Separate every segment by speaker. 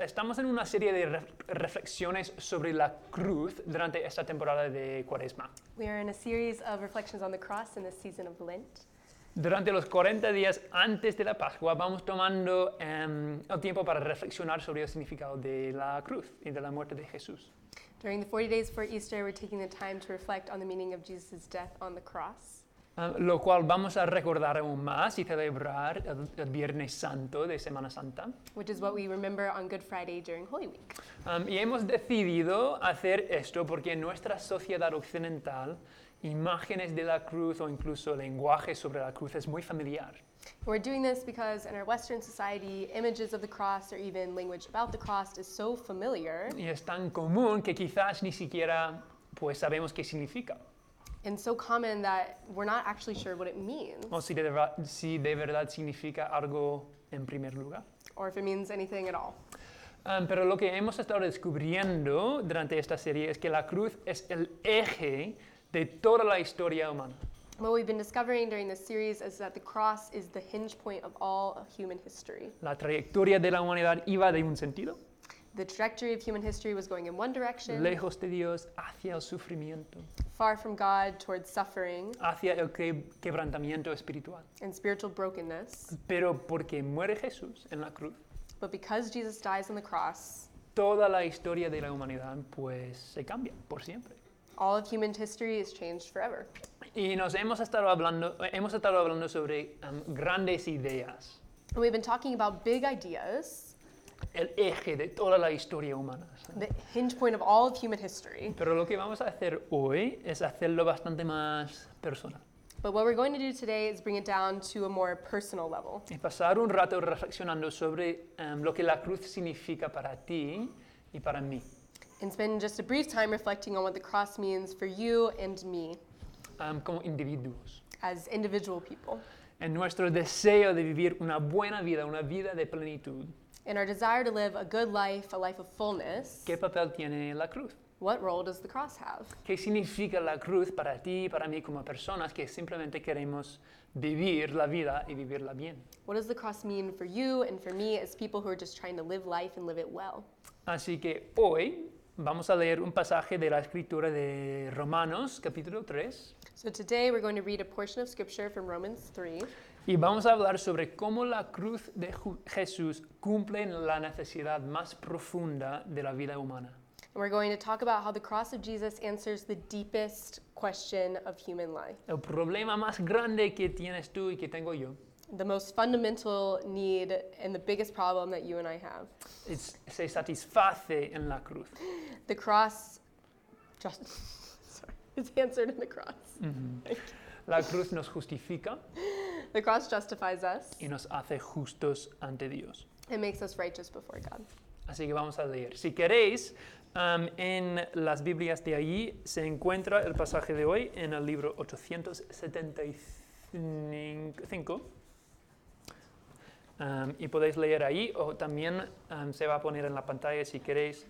Speaker 1: estamos en una serie de ref- reflexiones sobre la cruz durante esta temporada de Cuaresma.
Speaker 2: We are in a series of reflections on the cross in this season of Lent.
Speaker 1: Durante los 40 días antes de la Pascua vamos tomando em, el tiempo para reflexionar sobre el significado de la cruz y de la muerte de Jesús.
Speaker 2: During the 40 days before Easter, we're taking the time to reflect on the meaning of Jesus' death on the cross,
Speaker 1: Ah, lo cual vamos a recordar aún más y celebrar el, el Viernes Santo de Semana Santa.
Speaker 2: which is what we remember on Good Friday during Holy Week.
Speaker 1: Um, y hemos decidido hacer esto porque en nuestra sociedad occidental imágenes de la cruz o incluso lenguaje sobre la cruz es muy familiar.
Speaker 2: We're doing this because in our Western society, images of the cross or even language about the cross is so familiar
Speaker 1: Y es tan común que quizás ni siquiera pues sabemos qué significa
Speaker 2: and so common that we're not actually sure what it means
Speaker 1: o si de, verdad, si de verdad significa algo en primer lugar.
Speaker 2: or if it means anything at all.
Speaker 1: Um, pero lo que hemos estado descubriendo durante esta serie es que la cruz es el eje de toda la historia humana.
Speaker 2: What we've been discovering during this series is that the cross is the hinge point of all of human history.
Speaker 1: La trayectoria de la humanidad iba de un sentido,
Speaker 2: The trajectory of human history was going in one direction,
Speaker 1: lejos de Dios, hacia el sufrimiento.
Speaker 2: far from God towards suffering
Speaker 1: hacia el que- quebrantamiento espiritual.
Speaker 2: and spiritual brokenness.
Speaker 1: Pero porque muere Jesús en la cruz,
Speaker 2: But because Jesus dies on the cross,
Speaker 1: toda la historia de la humanidad pues se cambia por siempre.
Speaker 2: all of human history is changed forever.
Speaker 1: Y nos hemos estado hablando, hemos estado hablando sobre um, grandes ideas,
Speaker 2: And we've been talking about big ideas,
Speaker 1: el eje de toda la historia humana. ¿sabes?
Speaker 2: the hinge point of all of human history.
Speaker 1: Pero lo que vamos a hacer hoy es hacerlo bastante más personal
Speaker 2: But what we're going to do today is bring it down to a more personal level.
Speaker 1: y pasar un rato reflexionando sobre um, lo que la cruz significa para ti y para mí.
Speaker 2: And spend just a brief time reflecting on what the cross means for you and me
Speaker 1: um, como individuos.
Speaker 2: as individual people.
Speaker 1: en nuestro deseo de vivir una buena vida, una vida de plenitud,
Speaker 2: In our desire to live a good life, a life of fullness,
Speaker 1: ¿qué papel tiene la cruz?
Speaker 2: what role does the cross have?
Speaker 1: ¿Qué significa la cruz para ti y para mí como personas que simplemente queremos vivir la vida y vivirla bien?
Speaker 2: What does the cross mean for you and for me as people who are just trying to live life and live it well?
Speaker 1: Así que hoy vamos a leer un pasaje de la escritura de Romanos capítulo 3
Speaker 2: So today we're going to read a portion of scripture from Romans 3,
Speaker 1: y vamos a hablar sobre cómo la cruz de Ju- Jesús cumple la necesidad más profunda de la vida humana.
Speaker 2: and we're going to talk about how the cross of Jesus answers the deepest question of human life,
Speaker 1: El problema más grande que tienes tú y que tengo yo
Speaker 2: the most fundamental need and the biggest problem that you and I have.
Speaker 1: es- se satisface en la cruz.
Speaker 2: The cross, just, sorry, it's answered in the cross.
Speaker 1: La cruz nos justifica
Speaker 2: The cross justifies us
Speaker 1: y nos hace justos ante Dios.
Speaker 2: and makes us righteous before God.
Speaker 1: Así que vamos a leer. Si queréis, am, en las Biblias de allí se encuentra el pasaje de hoy en el libro 875 am, Um, y podéis leer ahí o también am, se va a poner en la pantalla si queréis.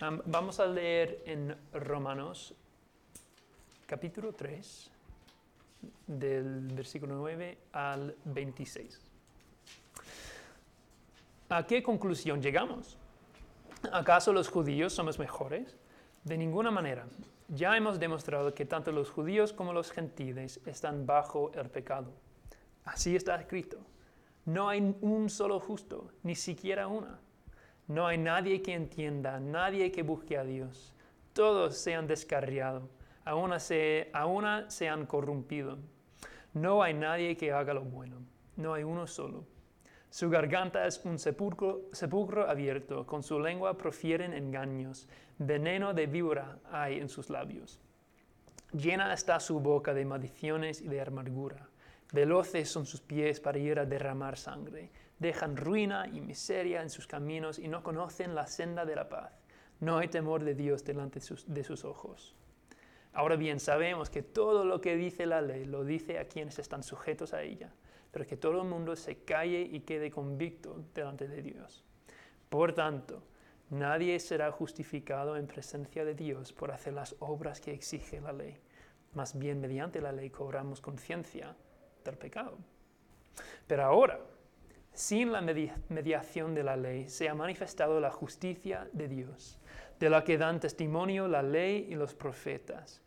Speaker 1: Am, vamos a leer en Romanos capítulo 3 del versículo 9 al 26. ¿A qué conclusión llegamos? ¿Acaso los judíos somos mejores? De ninguna manera. Ya hemos demostrado que tanto los judíos como los gentiles están bajo el pecado. Así está escrito. No hay un solo justo, ni siquiera una. No hay nadie que entienda, nadie que busque a Dios. Todos se han descarriado, a una se, a una se han corrompido. No hay nadie que haga lo bueno, no hay uno solo. Su garganta es un sepulcro, sepulcro abierto, con su lengua profieren engaños, veneno de víbora hay en sus labios. Llena está su boca de maldiciones y de amargura, veloces son sus pies para ir a derramar sangre, dejan ruina y miseria en sus caminos y no conocen la senda de la paz. No hay temor de Dios delante sus- de sus ojos. Ahora bien, sabemos que todo lo que dice la ley lo dice a quienes están sujetos a ella, pero que todo el mundo se calle y quede convicto delante de Dios. Por tanto, nadie será justificado en presencia de Dios por hacer las obras que exige la ley. Más bien mediante la ley cobramos conciencia del pecado. Pero ahora, sin la medi- mediación de la ley se ha manifestado la justicia de Dios, de la que dan testimonio la ley y los profetas.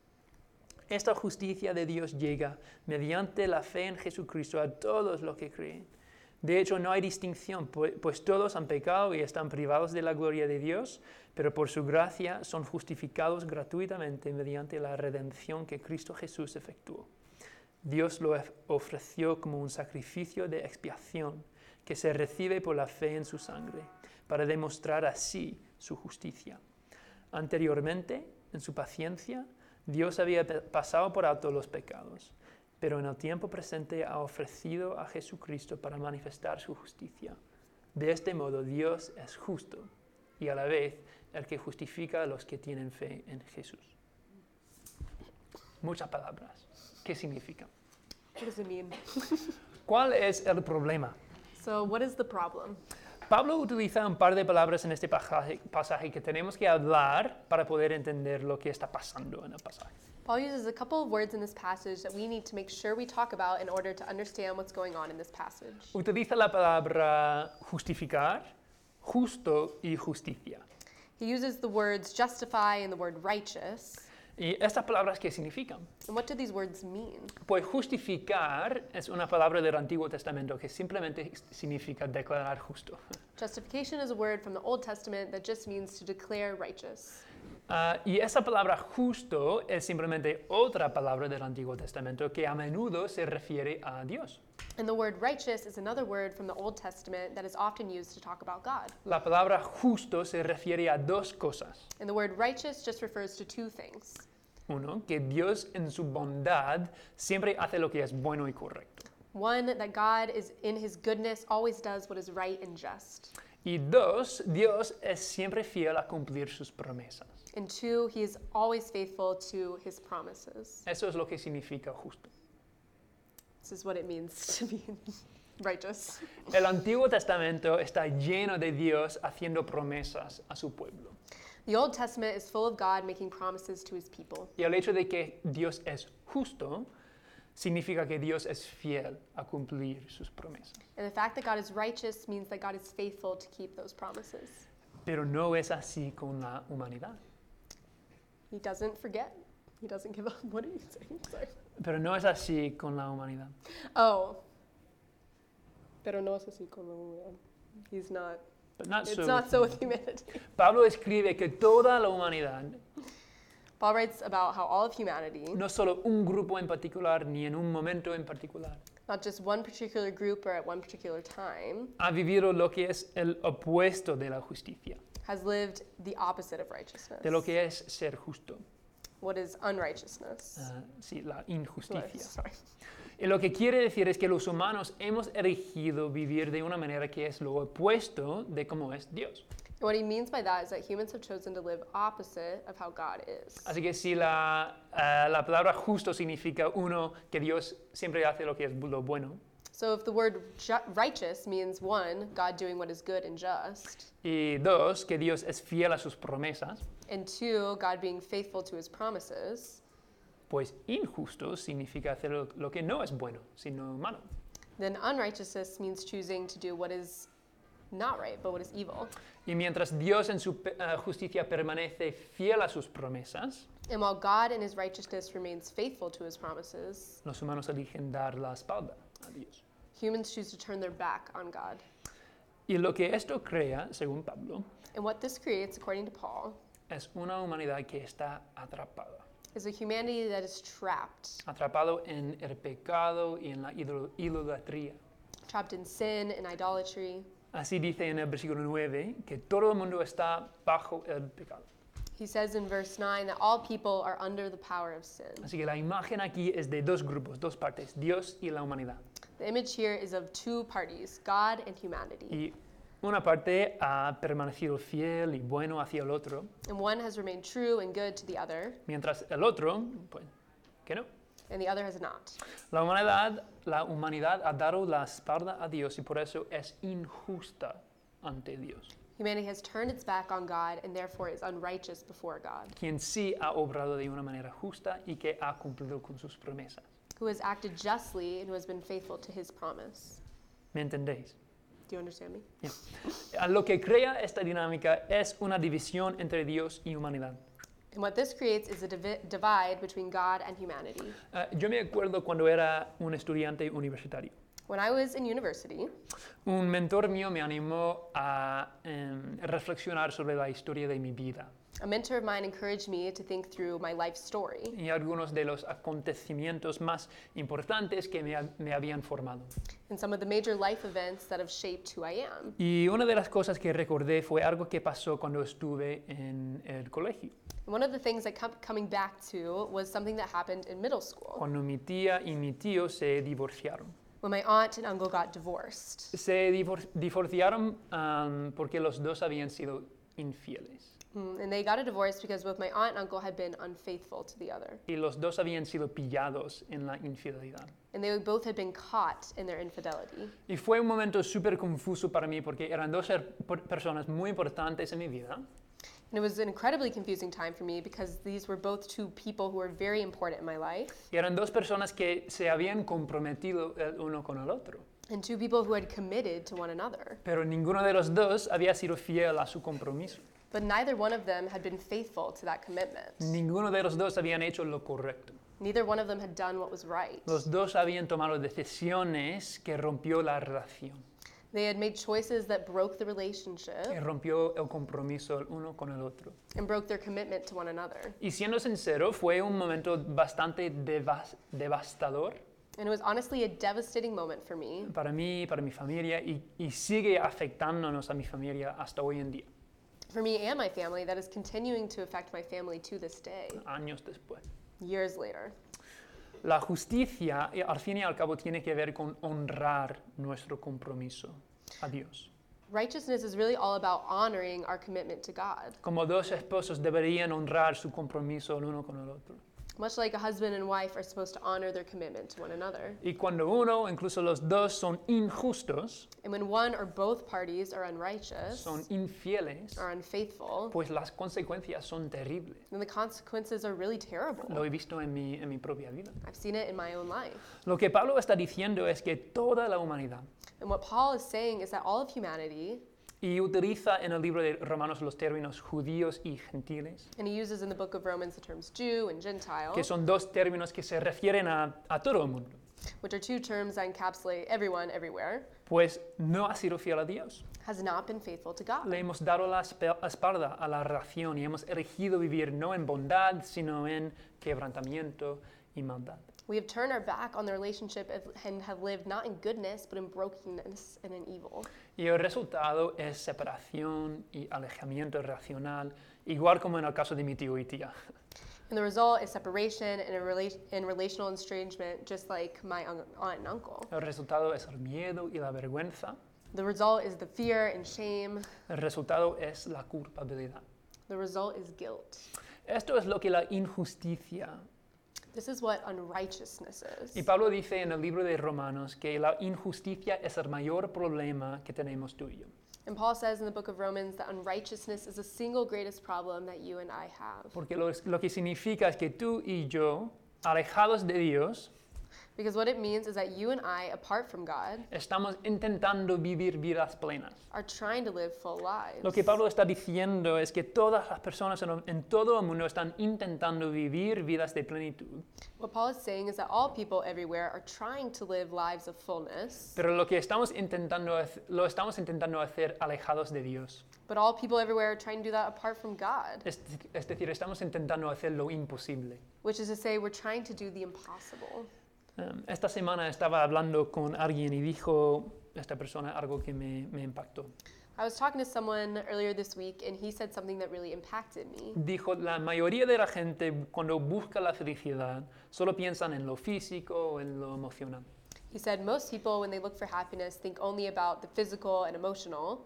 Speaker 1: Esta justicia de Dios llega mediante la fe en Jesucristo a todos los que creen. De hecho, no hay distinción, pu- pues todos han pecado y están privados de la gloria de Dios, pero por su gracia son justificados gratuitamente mediante la redención que Cristo Jesús efectuó. Dios lo of- ofreció como un sacrificio de expiación que se recibe por la fe en su sangre, para demostrar así su justicia. Anteriormente, en su paciencia, Dios había pe- pasado por alto los pecados, pero en el tiempo presente ha ofrecido a Jesucristo para manifestar su justicia. De este modo, Dios es justo y a la vez el que justifica a los que tienen fe en Jesús. Muchas palabras. ¿Qué significa?
Speaker 2: What does it mean?
Speaker 1: ¿Cuál es el problema?
Speaker 2: So, what is the problem?
Speaker 1: Pablo utiliza un par de palabras en este pasaje, pasaje que tenemos que hablar para poder entender lo que está pasando en el pasaje.
Speaker 2: Paul uses a couple of words in this passage that we need to make sure we talk about in order to understand what's going on in this passage.
Speaker 1: Utiliza la palabra justificar, justo y justicia.
Speaker 2: He uses the words justify and the word righteous.
Speaker 1: ¿Y estas palabras qué significan?
Speaker 2: And what do these words mean?
Speaker 1: Pues justificar es una palabra del Antiguo Testamento que simplemente significa declarar justo.
Speaker 2: Justification is a word from the Old Testament that just means to declare righteous.
Speaker 1: Ah, y esa palabra justo es simplemente otra palabra del Antiguo Testamento que a menudo se refiere a Dios.
Speaker 2: And the word righteous is another word from the Old Testament that is often used to talk about God.
Speaker 1: La palabra justo se refiere a dos cosas.
Speaker 2: And the word righteous just refers to two things.
Speaker 1: Uno, que Dios en su bondad siempre hace lo que es bueno y correcto.
Speaker 2: One, that God is in his goodness always does what is right and just.
Speaker 1: Y dos, Dios es siempre fiel a cumplir sus promesas.
Speaker 2: And two, he is always faithful to his promises.
Speaker 1: Eso es lo que significa justo.
Speaker 2: This is what it means to be righteous.
Speaker 1: El Antiguo Testamento está lleno de Dios haciendo promesas a su pueblo.
Speaker 2: The Old Testament is full of God making promises to his people.
Speaker 1: Y el hecho de que Dios es justo significa que Dios es fiel a cumplir sus promesas.
Speaker 2: And the fact that God is righteous means that God is faithful to keep those promises.
Speaker 1: Pero no es así con la humanidad.
Speaker 2: He doesn't forget. He doesn't give up. What are you saying? Sorry.
Speaker 1: Pero no es así con la humanidad.
Speaker 2: Oh. Pero no es así como He's not.
Speaker 1: But not
Speaker 2: It's
Speaker 1: so
Speaker 2: not
Speaker 1: with
Speaker 2: so with humanity.
Speaker 1: Pablo escribe que toda la humanidad,
Speaker 2: Paul writes about how all of humanity,
Speaker 1: no solo un grupo en particular ni en un momento en particular,
Speaker 2: not just one particular group or at one particular time,
Speaker 1: ha vivido lo que es el opuesto de la justicia,
Speaker 2: has lived the opposite of righteousness.
Speaker 1: de lo que es ser justo,
Speaker 2: what is unrighteousness?
Speaker 1: ah, sí, la
Speaker 2: Sorry,
Speaker 1: injusticia.
Speaker 2: sorry.
Speaker 1: Y Eh, lo que quiere decir es que los humanos hemos elegido vivir de una manera que es lo opuesto de cómo es Dios.
Speaker 2: And what he means by that is that humans have chosen to live opposite of how God is.
Speaker 1: Así que si la, ah, la palabra justo significa uno que Dios siempre hace lo que es lo bueno,
Speaker 2: So if the word ju- righteous means one, God doing what is good and just,
Speaker 1: y dos, que Dios es fiel a sus promesas,
Speaker 2: and two, God being faithful to his promises,
Speaker 1: Pues injusto significa hacer lo- lo que no es bueno, sino malo.
Speaker 2: then unrighteousness means choosing to do what is not right, but what is evil.
Speaker 1: Y mientras Dios en su pe- eh, justicia permanece fiel a sus promesas,
Speaker 2: And while God in his righteousness remains faithful to his promises,
Speaker 1: los humanos eligen dar la espalda a Dios.
Speaker 2: humans choose to turn their back on God.
Speaker 1: Y lo que esto crea, según Pablo,
Speaker 2: And what this creates, according to Paul,
Speaker 1: es una humanidad que está atrapada.
Speaker 2: is a humanity that is trapped,
Speaker 1: Atrapado en el pecado y en la idol- idolatría.
Speaker 2: trapped in sin and idolatry.
Speaker 1: Así dice en el versículo 9 que todo el mundo está bajo el pecado.
Speaker 2: He says in verse 9 that all people are under the power of sin.
Speaker 1: Así que la imagen aquí es de dos grupos, dos partes, Dios y la humanidad.
Speaker 2: The image here is of two parties, God and humanity.
Speaker 1: Y una parte ha permanecido fiel y bueno hacia el otro,
Speaker 2: And one has remained true and good to the other,
Speaker 1: mientras el otro, pues, que no.
Speaker 2: and the other has not.
Speaker 1: La humanidad, la humanidad ha dado la espalda a Dios y por eso es injusta ante Dios,
Speaker 2: Humanity has turned its back on God and therefore is unrighteous before God,
Speaker 1: quien sí ha obrado de una manera justa y que ha cumplido con sus promesas.
Speaker 2: who has acted justly and who has been faithful to his promise.
Speaker 1: ¿Me entendéis?
Speaker 2: Do you understand me?
Speaker 1: A Lo que crea esta dinámica es una división entre Dios y humanidad.
Speaker 2: And what this creates is a divi- divide between God and humanity.
Speaker 1: Ah, yo me acuerdo cuando era un estudiante universitario.
Speaker 2: When I was in university,
Speaker 1: Un mentor mío me animó a em, reflexionar sobre la historia de mi vida
Speaker 2: a mentor of mine encouraged me to think through my life story
Speaker 1: y algunos de los acontecimientos más importantes que me, ha- me habían formado.
Speaker 2: and some of the major life events that have shaped who I am.
Speaker 1: Y una de las cosas que recordé fue algo que pasó cuando estuve en el colegio,
Speaker 2: And one of the things I kept coming back to was something that happened in middle school
Speaker 1: cuando mi tía y mi tío se divorciaron.
Speaker 2: when my aunt and uncle got divorced.
Speaker 1: Se divor- divorciaron am, porque los dos habían sido infieles
Speaker 2: Mm, And they got a divorce because both my aunt and uncle had been unfaithful to the other.
Speaker 1: y los dos habían sido pillados en la infidelidad.
Speaker 2: And they both had been caught in their infidelity.
Speaker 1: Y fue un momento súper confuso para mí porque eran dos er- per- personas muy importantes en mi vida
Speaker 2: And it was an incredibly confusing time for me because these were both two people who were very important in my life
Speaker 1: y eran dos personas que se habían comprometido el uno con el otro.
Speaker 2: and two people who had committed to one another.
Speaker 1: Pero ninguno de los dos había sido fiel a su compromiso.
Speaker 2: But neither one of them had been faithful to that commitment.
Speaker 1: Ninguno de los dos habían hecho lo correcto.
Speaker 2: Neither one of them had done what was right.
Speaker 1: Los dos habían tomado decisiones que rompió la relación,
Speaker 2: They had made choices that broke the relationship
Speaker 1: que rompió el compromiso el uno con el otro.
Speaker 2: and broke their commitment to one another.
Speaker 1: Y siendo sincero, fue un momento bastante devas- devastador
Speaker 2: And it was honestly a devastating moment for me.
Speaker 1: para mí, para mi familia, y, y sigue afectándonos a mi familia hasta hoy en día,
Speaker 2: For me and my family, that is continuing to affect my family to this day,
Speaker 1: años después.
Speaker 2: years later.
Speaker 1: La justicia, eh, al fin y al cabo, tiene que ver con honrar nuestro compromiso a Dios.
Speaker 2: Righteousness is really all about honoring our commitment to God.
Speaker 1: Como dos esposos deberían honrar su compromiso el uno con el otro.
Speaker 2: Much like a husband and wife are supposed to honor their commitment to one another.
Speaker 1: Y cuando uno, incluso los dos, son injustos,
Speaker 2: And when one or both parties are unrighteous
Speaker 1: son infieles,
Speaker 2: or unfaithful,
Speaker 1: pues las consecuencias son terribles.
Speaker 2: then the consequences are really
Speaker 1: Lo
Speaker 2: terrible.
Speaker 1: he visto en mi, en mi propia vida.
Speaker 2: I've seen it in my own life.
Speaker 1: Lo que Pablo está diciendo es que toda la humanidad,
Speaker 2: And what Paul is saying is that all of humanity,
Speaker 1: y utiliza en el libro de Romanos los términos judíos y gentiles,
Speaker 2: and he uses in the book of Romans the terms Jew and Gentile,
Speaker 1: que son dos términos que se refieren a, a todo el mundo,
Speaker 2: which are two terms that encapsulate everyone everywhere,
Speaker 1: pues no ha sido fiel a Dios.
Speaker 2: has not been faithful to God.
Speaker 1: Le hemos dado la espe- espalda a la relación y hemos elegido vivir no en bondad, sino en quebrantamiento y maldad.
Speaker 2: We have turned our back on the relationship of- and have lived not in goodness, but in brokenness and in evil.
Speaker 1: Y el resultado es separación y alejamiento racional, igual como en el caso de mi tío y tía.
Speaker 2: And the result is separation and, a rela- and relational estrangement, just like my un- aunt and uncle.
Speaker 1: El resultado es el miedo y la vergüenza.
Speaker 2: The result is the fear and shame.
Speaker 1: El resultado es la culpabilidad.
Speaker 2: The result is guilt.
Speaker 1: Esto es lo que la injusticia.
Speaker 2: This is what unrighteousness
Speaker 1: Y
Speaker 2: is.
Speaker 1: Pablo dice en el libro de Romanos que la injusticia es el mayor problema que tenemos tú y yo.
Speaker 2: And Paul says in the book of Romans that unrighteousness is the single greatest problem that you and I have.
Speaker 1: Porque lo, es- lo que significa es que tú y yo, alejados de Dios,
Speaker 2: Because what it means is that you and I, apart from God,
Speaker 1: estamos intentando vivir vidas plenas.
Speaker 2: are trying to live full lives.
Speaker 1: Lo que Pablo está diciendo es que todas las personas en, en todo el mundo están intentando vivir vidas de plenitud,
Speaker 2: What Paul is saying is that all people everywhere are trying to live lives of fullness,
Speaker 1: pero lo que estamos intentando hac- lo estamos intentando hacer alejados de Dios.
Speaker 2: but all people everywhere are trying to do that apart from God,
Speaker 1: Es, es decir, estamos intentando hacer lo imposible.
Speaker 2: which is to say, we're trying to do the impossible.
Speaker 1: Um, esta semana estaba hablando con alguien y dijo esta persona algo que me, me impactó.
Speaker 2: I was talking to someone earlier this week, and he said something that really impacted me.
Speaker 1: Dijo, la mayoría de la gente cuando busca la felicidad solo piensan en lo físico o en lo emocional.
Speaker 2: He said, Most people, when they look for happiness, think only about the physical and emotional,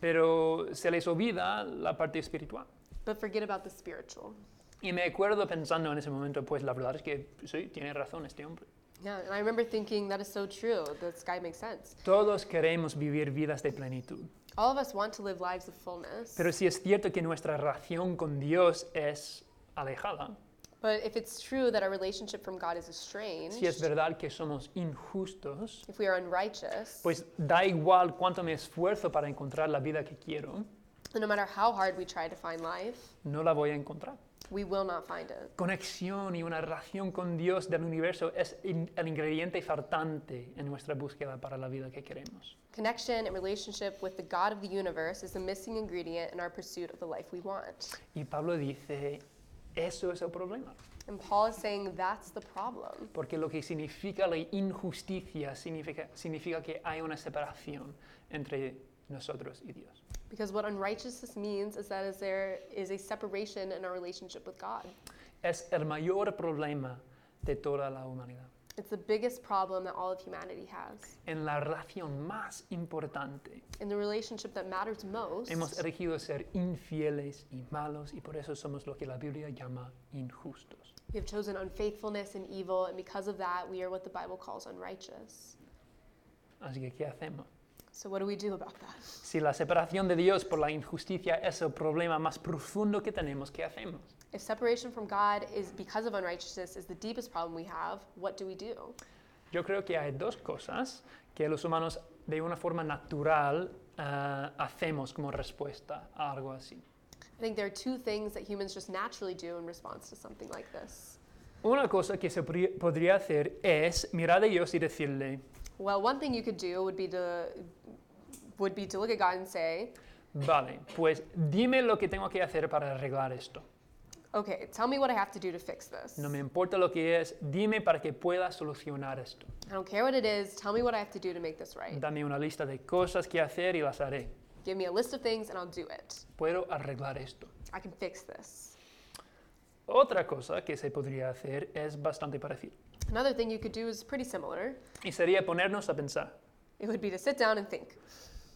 Speaker 1: Pero se les olvida la parte espiritual.
Speaker 2: but forget about the spiritual.
Speaker 1: Y me acuerdo pensando en ese momento, pues la verdad es que sí, tiene razón este hombre.
Speaker 2: Yeah, and I remember thinking, That is so true. This guy makes sense.
Speaker 1: Todos queremos vivir vidas de plenitud.
Speaker 2: All of us want to live lives of fullness,
Speaker 1: Pero si es cierto que nuestra relación con Dios es alejada,
Speaker 2: But if it's true that our relationship from God is estranged,
Speaker 1: Si es verdad que somos injustos,
Speaker 2: if we are unrighteous,
Speaker 1: pues da igual cuánto me esfuerzo para encontrar la vida que quiero,
Speaker 2: then no matter how hard we try to find life,
Speaker 1: no la voy a encontrar.
Speaker 2: we will not find it.
Speaker 1: Conexión y una relación con Dios del universo es in- el ingrediente faltante en nuestra búsqueda para la vida que queremos.
Speaker 2: Connection and relationship with the God of the universe is the missing ingredient in our pursuit of the life we want.
Speaker 1: Y Pablo dice, eso es el problema,
Speaker 2: And Paul is saying that's the problem.
Speaker 1: porque lo que significa la injusticia significa, significa que hay una separación entre nosotros y Dios.
Speaker 2: Because what unrighteousness means is that is there is a separation in our relationship with God.
Speaker 1: Es el mayor problema de toda la humanidad.
Speaker 2: It's the biggest problem that all of humanity has.
Speaker 1: En la relación más importante
Speaker 2: In the relationship that matters most,
Speaker 1: Hemos elegido ser infieles y malos y por eso somos lo que la Biblia llama injustos.
Speaker 2: we have chosen unfaithfulness and evil, and because of that, we are what the Bible calls unrighteous.
Speaker 1: Así que, ¿qué hacemos?
Speaker 2: So, what do we do about that?
Speaker 1: Si la separación de Dios por la injusticia es el problema más profundo que tenemos, ¿qué hacemos?
Speaker 2: If separation from God is because of unrighteousness is the deepest problem we have, what do we do?
Speaker 1: Yo creo que hay dos cosas que los humanos de una forma natural ah, hacemos como respuesta a algo así.
Speaker 2: I think there are two things that humans just naturally do in response to something like this.
Speaker 1: Una cosa que se podría- podría hacer es mirar a Dios y decirle,
Speaker 2: Well, one thing you could do would be to would be to look at God and say,
Speaker 1: vale, pues dime lo que tengo que hacer para arreglar esto.
Speaker 2: "Okay, tell me what I have to do to fix this.
Speaker 1: No me importa lo que es, dime para que pueda solucionar esto.
Speaker 2: I don't care what it is. Tell me what I have to do to make this right.
Speaker 1: Dame una lista de cosas que hacer y las haré.
Speaker 2: Give me a list of things and I'll do it.
Speaker 1: Puedo arreglar esto.
Speaker 2: I can fix this."
Speaker 1: Otra cosa que se podría hacer es bastante parecida.
Speaker 2: Another thing you could do is pretty similar.
Speaker 1: Y sería ponernos a pensar,
Speaker 2: It would be to sit down and think.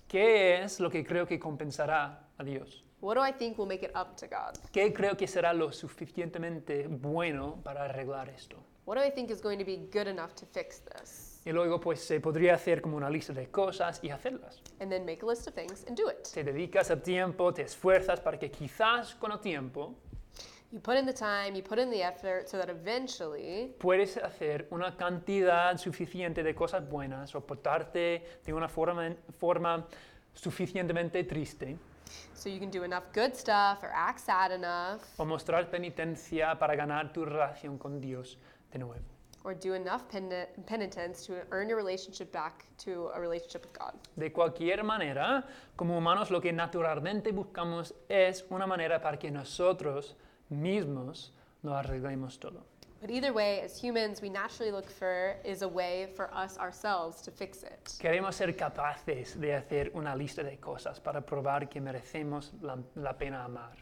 Speaker 1: ¿qué es lo que creo que compensará a Dios?
Speaker 2: What do I think will make it up to God?
Speaker 1: ¿Qué creo que será lo suficientemente bueno para arreglar esto?
Speaker 2: What do I think is going to be good enough to fix this?
Speaker 1: Y luego pues se podría hacer como una lista de cosas y hacerlas.
Speaker 2: And then make a list of things and do it.
Speaker 1: Te dedicas el tiempo, te esfuerzas para que quizás con el tiempo
Speaker 2: You put in the time, you put in the effort so that eventually
Speaker 1: puedes hacer una cantidad suficiente de cosas buenas o portarte de una forma, forma suficientemente triste
Speaker 2: so you can do enough good stuff or act sad enough
Speaker 1: o mostrar penitencia para ganar tu relación con Dios de nuevo.
Speaker 2: or do enough pen- penitence to earn your relationship back to a relationship with God.
Speaker 1: De cualquier manera, como humanos lo que naturalmente buscamos es una manera para que nosotros mismos lo arreglemos todo.
Speaker 2: But either way, as humans, we naturally look for is a way for us ourselves to fix it.
Speaker 1: Queremos ser capaces de hacer una lista de cosas para probar que merecemos la- la pena amar.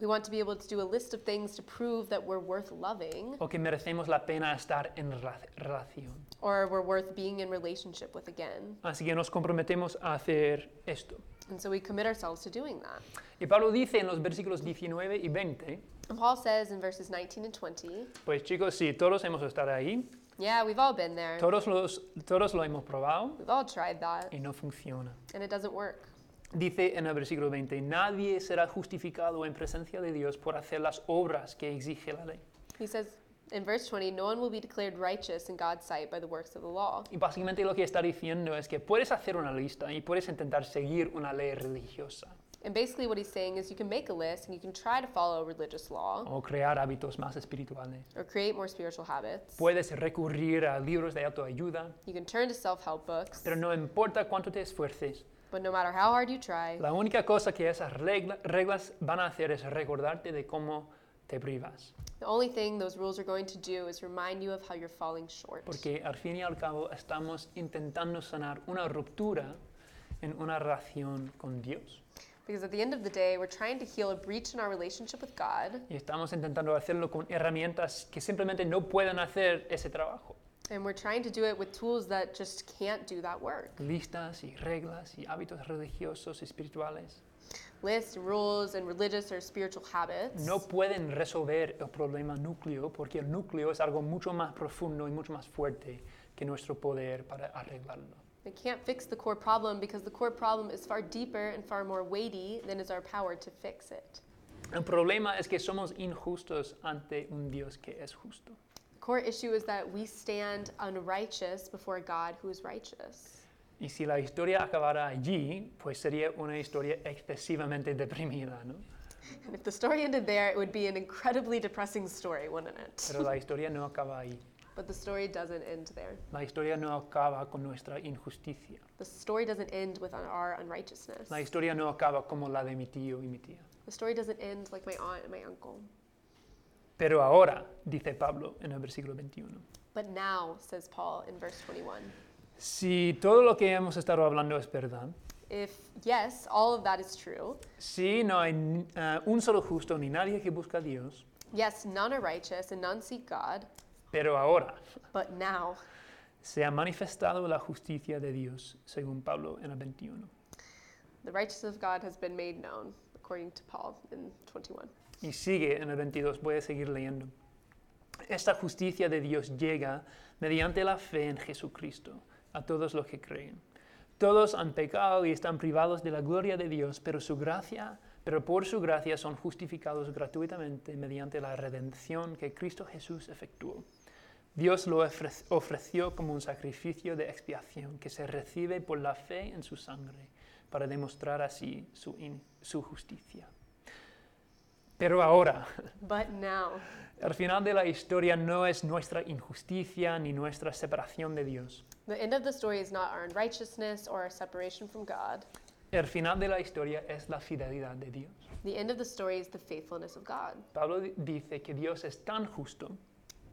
Speaker 2: We want to be able to do a list of things to prove that we're worth loving
Speaker 1: o que merecemos la pena estar en ra- relación.
Speaker 2: or we're worth being in relationship with again.
Speaker 1: Así que nos comprometemos a hacer esto.
Speaker 2: And so we commit ourselves to doing that.
Speaker 1: Y Pablo dice en los versículos 19 y 20,
Speaker 2: And Paul says in verses 19 and 20,
Speaker 1: pues chicos, sí, todos hemos estado ahí,
Speaker 2: yeah, we've all been there.
Speaker 1: todos, los, todos lo hemos probado
Speaker 2: We've all tried that,
Speaker 1: y no funciona.
Speaker 2: and it doesn't work.
Speaker 1: Dice en el versículo 20, nadie será justificado en presencia de Dios por hacer las obras que exige la ley.
Speaker 2: He says in verse 20, no one will be declared righteous in God's sight by the works of the law.
Speaker 1: Y básicamente lo que está diciendo es que puedes hacer una lista y puedes intentar seguir una ley religiosa
Speaker 2: And basically, what he's saying is you can make a list and you can try to follow religious law
Speaker 1: o crear hábitos más espirituales.
Speaker 2: or create more spiritual habits.
Speaker 1: Puedes recurrir a libros de autoayuda,
Speaker 2: You can turn to self help books,
Speaker 1: Pero no importa cuánto te esfuerces,
Speaker 2: but no matter how hard you try,
Speaker 1: la única cosa que esas regla- reglas van a hacer es recordarte de cómo te privas.
Speaker 2: the only thing those rules are going to do is remind you of how you're falling short.
Speaker 1: Porque al fin y al cabo estamos intentando sanar una ruptura en una relación con Dios.
Speaker 2: Because at the end of the day, we're trying to heal a breach in our relationship with God,
Speaker 1: Y estamos intentando hacerlo con herramientas que simplemente no pueden hacer ese trabajo.
Speaker 2: and we're trying to do it with tools that just can't do that work.
Speaker 1: Listas y reglas y hábitos religiosos y espirituales
Speaker 2: lists, rules, and religious or spiritual habits
Speaker 1: no pueden resolver el problema núcleo porque el núcleo es algo mucho más profundo y mucho más fuerte que nuestro poder para arreglarlo.
Speaker 2: They can't fix the core problem because the core problem is far deeper and far more weighty than is our power to fix it.
Speaker 1: El problema es que somos injustos ante un Dios que es justo.
Speaker 2: The core issue is that we stand unrighteous before a God who is righteous.
Speaker 1: Y si la historia acabara allí, pues sería una historia excesivamente deprimida, ¿no?
Speaker 2: And if the story ended there, it would be an incredibly depressing story, wouldn't it?
Speaker 1: Pero la historia no acaba ahí.
Speaker 2: But the story doesn't end there.
Speaker 1: La historia no acaba con nuestra injusticia.
Speaker 2: The story doesn't end with un- our unrighteousness.
Speaker 1: La historia no acaba como la de mi tío y mi tía.
Speaker 2: The story doesn't end like my aunt and my uncle.
Speaker 1: Pero ahora, dice Pablo en el versículo 21,
Speaker 2: But now, says Paul in verse 21,
Speaker 1: si todo lo que hemos estado hablando es verdad,
Speaker 2: if yes, all of that is true,
Speaker 1: si no hay ni- eh, un solo justo ni nadie que busca a Dios,
Speaker 2: yes, none are righteous and none seek God,
Speaker 1: pero ahora
Speaker 2: but now
Speaker 1: se ha manifestado la justicia de Dios, según Pablo en el 21.
Speaker 2: the righteousness of God has been made known, according to Paul in 21.
Speaker 1: Y sigue en el 22, voy a seguir leyendo. Esta justicia de Dios llega mediante la fe en Jesucristo a todos los que creen. Todos han pecado y están privados de la gloria de Dios, pero su gracia, pero por su gracia son justificados gratuitamente mediante la redención que Cristo Jesús efectuó. Dios lo ofre- ofreció como un sacrificio de expiación que se recibe por la fe en su sangre para demostrar así su, in- su justicia. Pero ahora,
Speaker 2: But now,
Speaker 1: el final de la historia no es nuestra injusticia ni nuestra separación de Dios.
Speaker 2: the end of the story is not our unrighteousness or our separation from God.
Speaker 1: El final de la historia es la fidelidad de Dios.
Speaker 2: The end of the story is the faithfulness of God.
Speaker 1: Pablo di- dice que Dios es tan justo,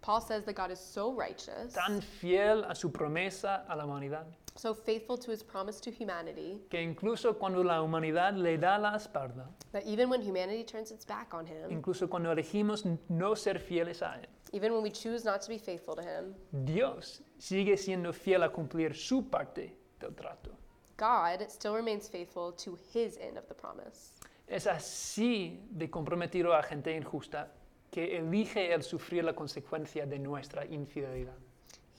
Speaker 2: Paul says that God is so righteous,
Speaker 1: tan fiel a su promesa a la humanidad,
Speaker 2: so faithful to his promise to humanity,
Speaker 1: que incluso cuando la humanidad le da la espalda,
Speaker 2: that even when humanity turns its back on him,
Speaker 1: incluso cuando elegimos n- no ser fieles a Él,
Speaker 2: even when we choose not to be faithful to him,
Speaker 1: Dios sigue siendo fiel a cumplir su parte del trato.
Speaker 2: God still remains faithful to his end of the promise.
Speaker 1: Es así de comprometido a gente injusta que elige el sufrir la consecuencia de nuestra infidelidad.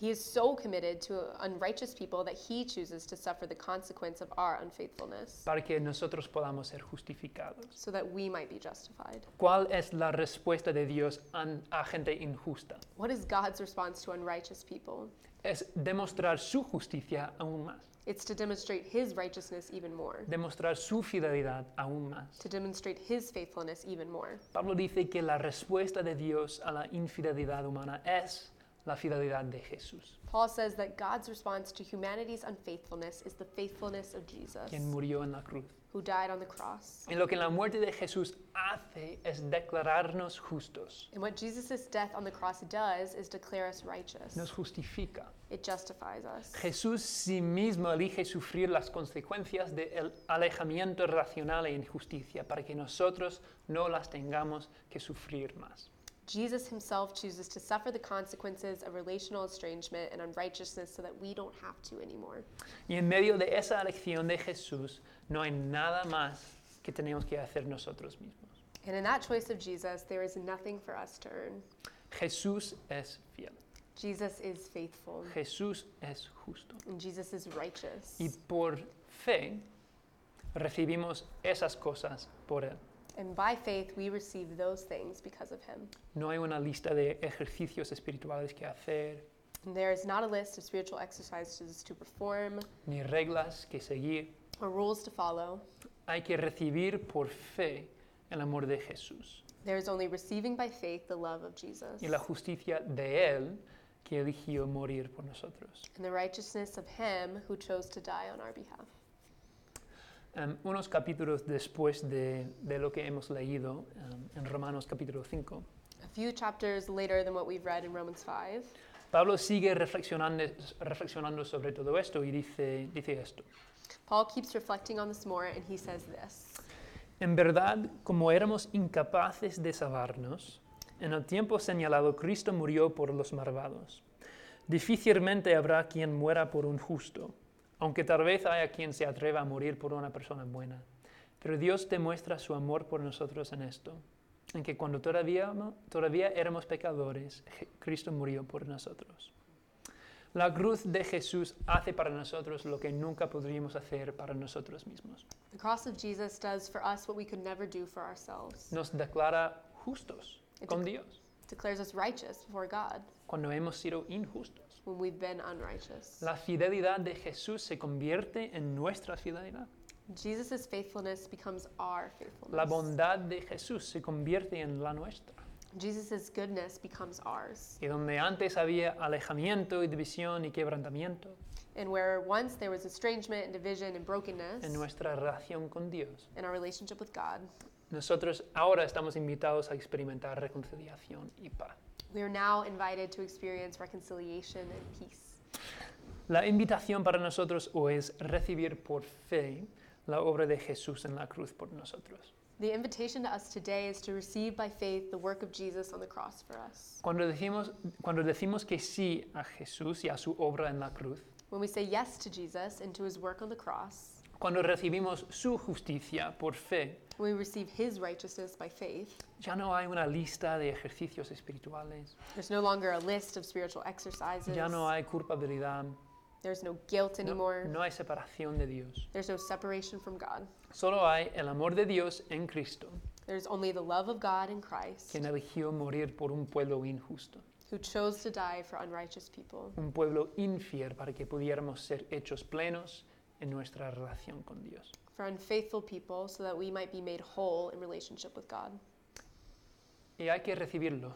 Speaker 2: He is so committed to unrighteous people that he chooses to suffer the consequence of our unfaithfulness
Speaker 1: para que nosotros podamos ser justificados.
Speaker 2: so that we might be justified.
Speaker 1: ¿Cuál es la respuesta de Dios an- a gente injusta?
Speaker 2: What is God's response to unrighteous people?
Speaker 1: Es demostrar su justicia aún más,
Speaker 2: It's to demonstrate his righteousness even more,
Speaker 1: demostrar su fidelidad aún más.
Speaker 2: to demonstrate his faithfulness even more.
Speaker 1: Pablo dice que la respuesta de Dios a la infidelidad humana es la fidelidad de Jesús,
Speaker 2: Paul says that God's response to humanity's unfaithfulness is the faithfulness of Jesus,
Speaker 1: quien murió en la cruz.
Speaker 2: who died on the cross.
Speaker 1: Y lo que la muerte de Jesús hace es declararnos justos,
Speaker 2: And what Jesus' death on the cross does is declare us righteous.
Speaker 1: nos justifica.
Speaker 2: It justifies us.
Speaker 1: Jesús sí mismo elige sufrir las consecuencias del alejamiento racional e injusticia para que nosotros no las tengamos que sufrir más.
Speaker 2: Jesus himself chooses to suffer the consequences of relational estrangement and unrighteousness so that we don't have to anymore.
Speaker 1: Y en medio de esa elección de Jesús no hay nada más que tenemos que hacer nosotros mismos.
Speaker 2: And in that choice of Jesus, there is nothing for us to earn.
Speaker 1: Jesús es fiel,
Speaker 2: Jesus is faithful,
Speaker 1: Jesús es justo.
Speaker 2: and Jesus is righteous.
Speaker 1: Y por fe recibimos esas cosas por Él.
Speaker 2: And by faith, we receive those things because of him.
Speaker 1: No hay una lista de ejercicios espirituales que hacer,
Speaker 2: And there is not a list of spiritual exercises to perform
Speaker 1: ni reglas que seguir.
Speaker 2: or rules to follow.
Speaker 1: hay que recibir por fe el amor de Jesús
Speaker 2: There is only receiving by faith the love of Jesus
Speaker 1: y la justicia de Él que eligió morir por nosotros.
Speaker 2: and the righteousness of him who chose to die on our behalf.
Speaker 1: Em, unos capítulos después de, de lo que hemos leído em, en Romanos capítulo 5,
Speaker 2: A few chapters later than what we've read in Romans 5,
Speaker 1: Pablo sigue reflexionando, reflexionando sobre todo esto y dice, dice esto.
Speaker 2: Paul keeps reflecting on this more and he says this
Speaker 1: En verdad, como éramos incapaces de salvarnos, en el tiempo señalado Cristo murió por los malvados. Difícilmente habrá quien muera por un justo, aunque tal vez haya quien se atreva a morir por una persona buena. Pero Dios demuestra su amor por nosotros en esto, en que cuando todavía, todavía éramos pecadores, Je- Cristo murió por nosotros. La cruz de Jesús hace para nosotros lo que nunca podríamos hacer para nosotros mismos.
Speaker 2: The cross of Jesus does for us what we could never do for ourselves.
Speaker 1: Nos declara justos
Speaker 2: It
Speaker 1: con
Speaker 2: dec-
Speaker 1: Dios
Speaker 2: declares us righteous before God
Speaker 1: cuando hemos sido injustos.
Speaker 2: when we've been unrighteous.
Speaker 1: La fidelidad de Jesús se convierte en nuestra fidelidad.
Speaker 2: Jesus' faithfulness becomes our
Speaker 1: La
Speaker 2: faithfulness.
Speaker 1: bondad de Jesús se convierte en la nuestra.
Speaker 2: Jesus' goodness becomes ours.
Speaker 1: Y donde antes había alejamiento y división y quebrantamiento,
Speaker 2: And where once there was estrangement and division and brokenness
Speaker 1: en nuestra relación con Dios,
Speaker 2: in our relationship with God,
Speaker 1: nosotros ahora estamos invitados a experimentar reconciliación y paz.
Speaker 2: we are now invited to experience reconciliation and peace.
Speaker 1: La invitación para nosotros hoy es recibir por fe la obra de Jesús en la cruz por nosotros.
Speaker 2: The invitation to us today is to receive by faith the work of Jesus on the cross for us.
Speaker 1: Cuando decimos, cuando decimos que sí a Jesús y a su obra en la cruz,
Speaker 2: When we say yes to Jesus and to his work on the cross,
Speaker 1: cuando recibimos su justicia por fe,
Speaker 2: when we receive his righteousness by faith,
Speaker 1: ya no hay una lista de ejercicios espirituales,
Speaker 2: there's no longer a list of spiritual exercises.
Speaker 1: ya no hay culpabilidad,
Speaker 2: There's no guilt anymore.
Speaker 1: no, no hay separación de Dios.
Speaker 2: There's no separation from God.
Speaker 1: Solo hay el amor de Dios en Cristo,
Speaker 2: There's only the love of God in Christ
Speaker 1: quien eligió morir por un pueblo injusto,
Speaker 2: who chose to die for unrighteous people,
Speaker 1: un pueblo infiel para que pudiéramos ser hechos plenos en nuestra relación con Dios.
Speaker 2: for unfaithful people, so that we might be made whole in relationship with God.
Speaker 1: Y hay que recibirlo.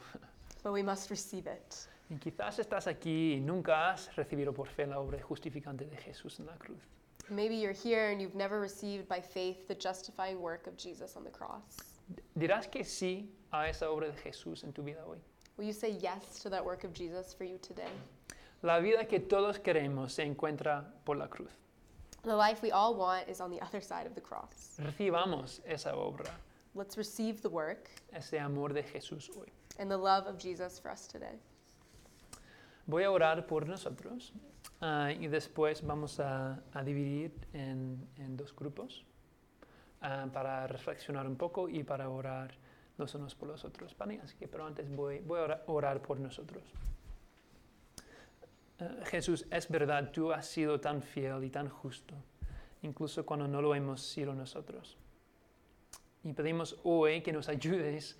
Speaker 2: But we must receive it.
Speaker 1: Y quizás estás aquí y nunca has recibido por fe la obra justificante de Jesús en la cruz.
Speaker 2: Maybe you're here and you've never received by faith the justifying work of Jesus on the cross.
Speaker 1: ¿Dirás que sí a esa obra de Jesús en tu vida hoy?
Speaker 2: Will you say yes to that work of Jesus for you today?
Speaker 1: La vida que todos queremos se encuentra por la cruz.
Speaker 2: The life we all want is on the other side of the cross.
Speaker 1: Recibamos esa obra,
Speaker 2: Let's receive the work
Speaker 1: ese amor de Jesús hoy.
Speaker 2: and the love of Jesus for us today.
Speaker 1: Voy a orar por nosotros ah, y después vamos a, a dividir en, en dos grupos ah, para reflexionar un poco y para orar los unos por los otros. ¿vale? Así que, pero antes voy, voy a ora- orar por nosotros. Ah, Jesús, es verdad, tú has sido tan fiel y tan justo, incluso cuando no lo hemos sido nosotros. Y pedimos hoy que nos ayudes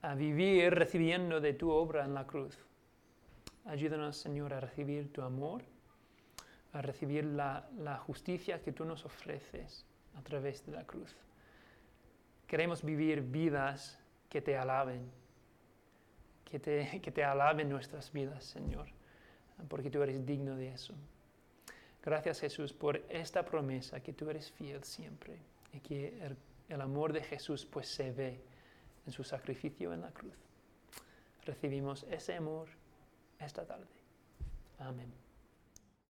Speaker 1: a vivir recibiendo de tu obra en la cruz. Ayúdanos, Señor, a recibir tu amor, a recibir la, la justicia que tú nos ofreces a través de la cruz. Queremos vivir vidas que te alaben, que te, que te alaben nuestras vidas, Señor, porque tú eres digno de eso. Gracias, Jesús, por esta promesa que tú eres fiel siempre y que el, el amor de Jesús pues se ve en su sacrificio en la cruz. Recibimos ese amor esta tarde. Amén.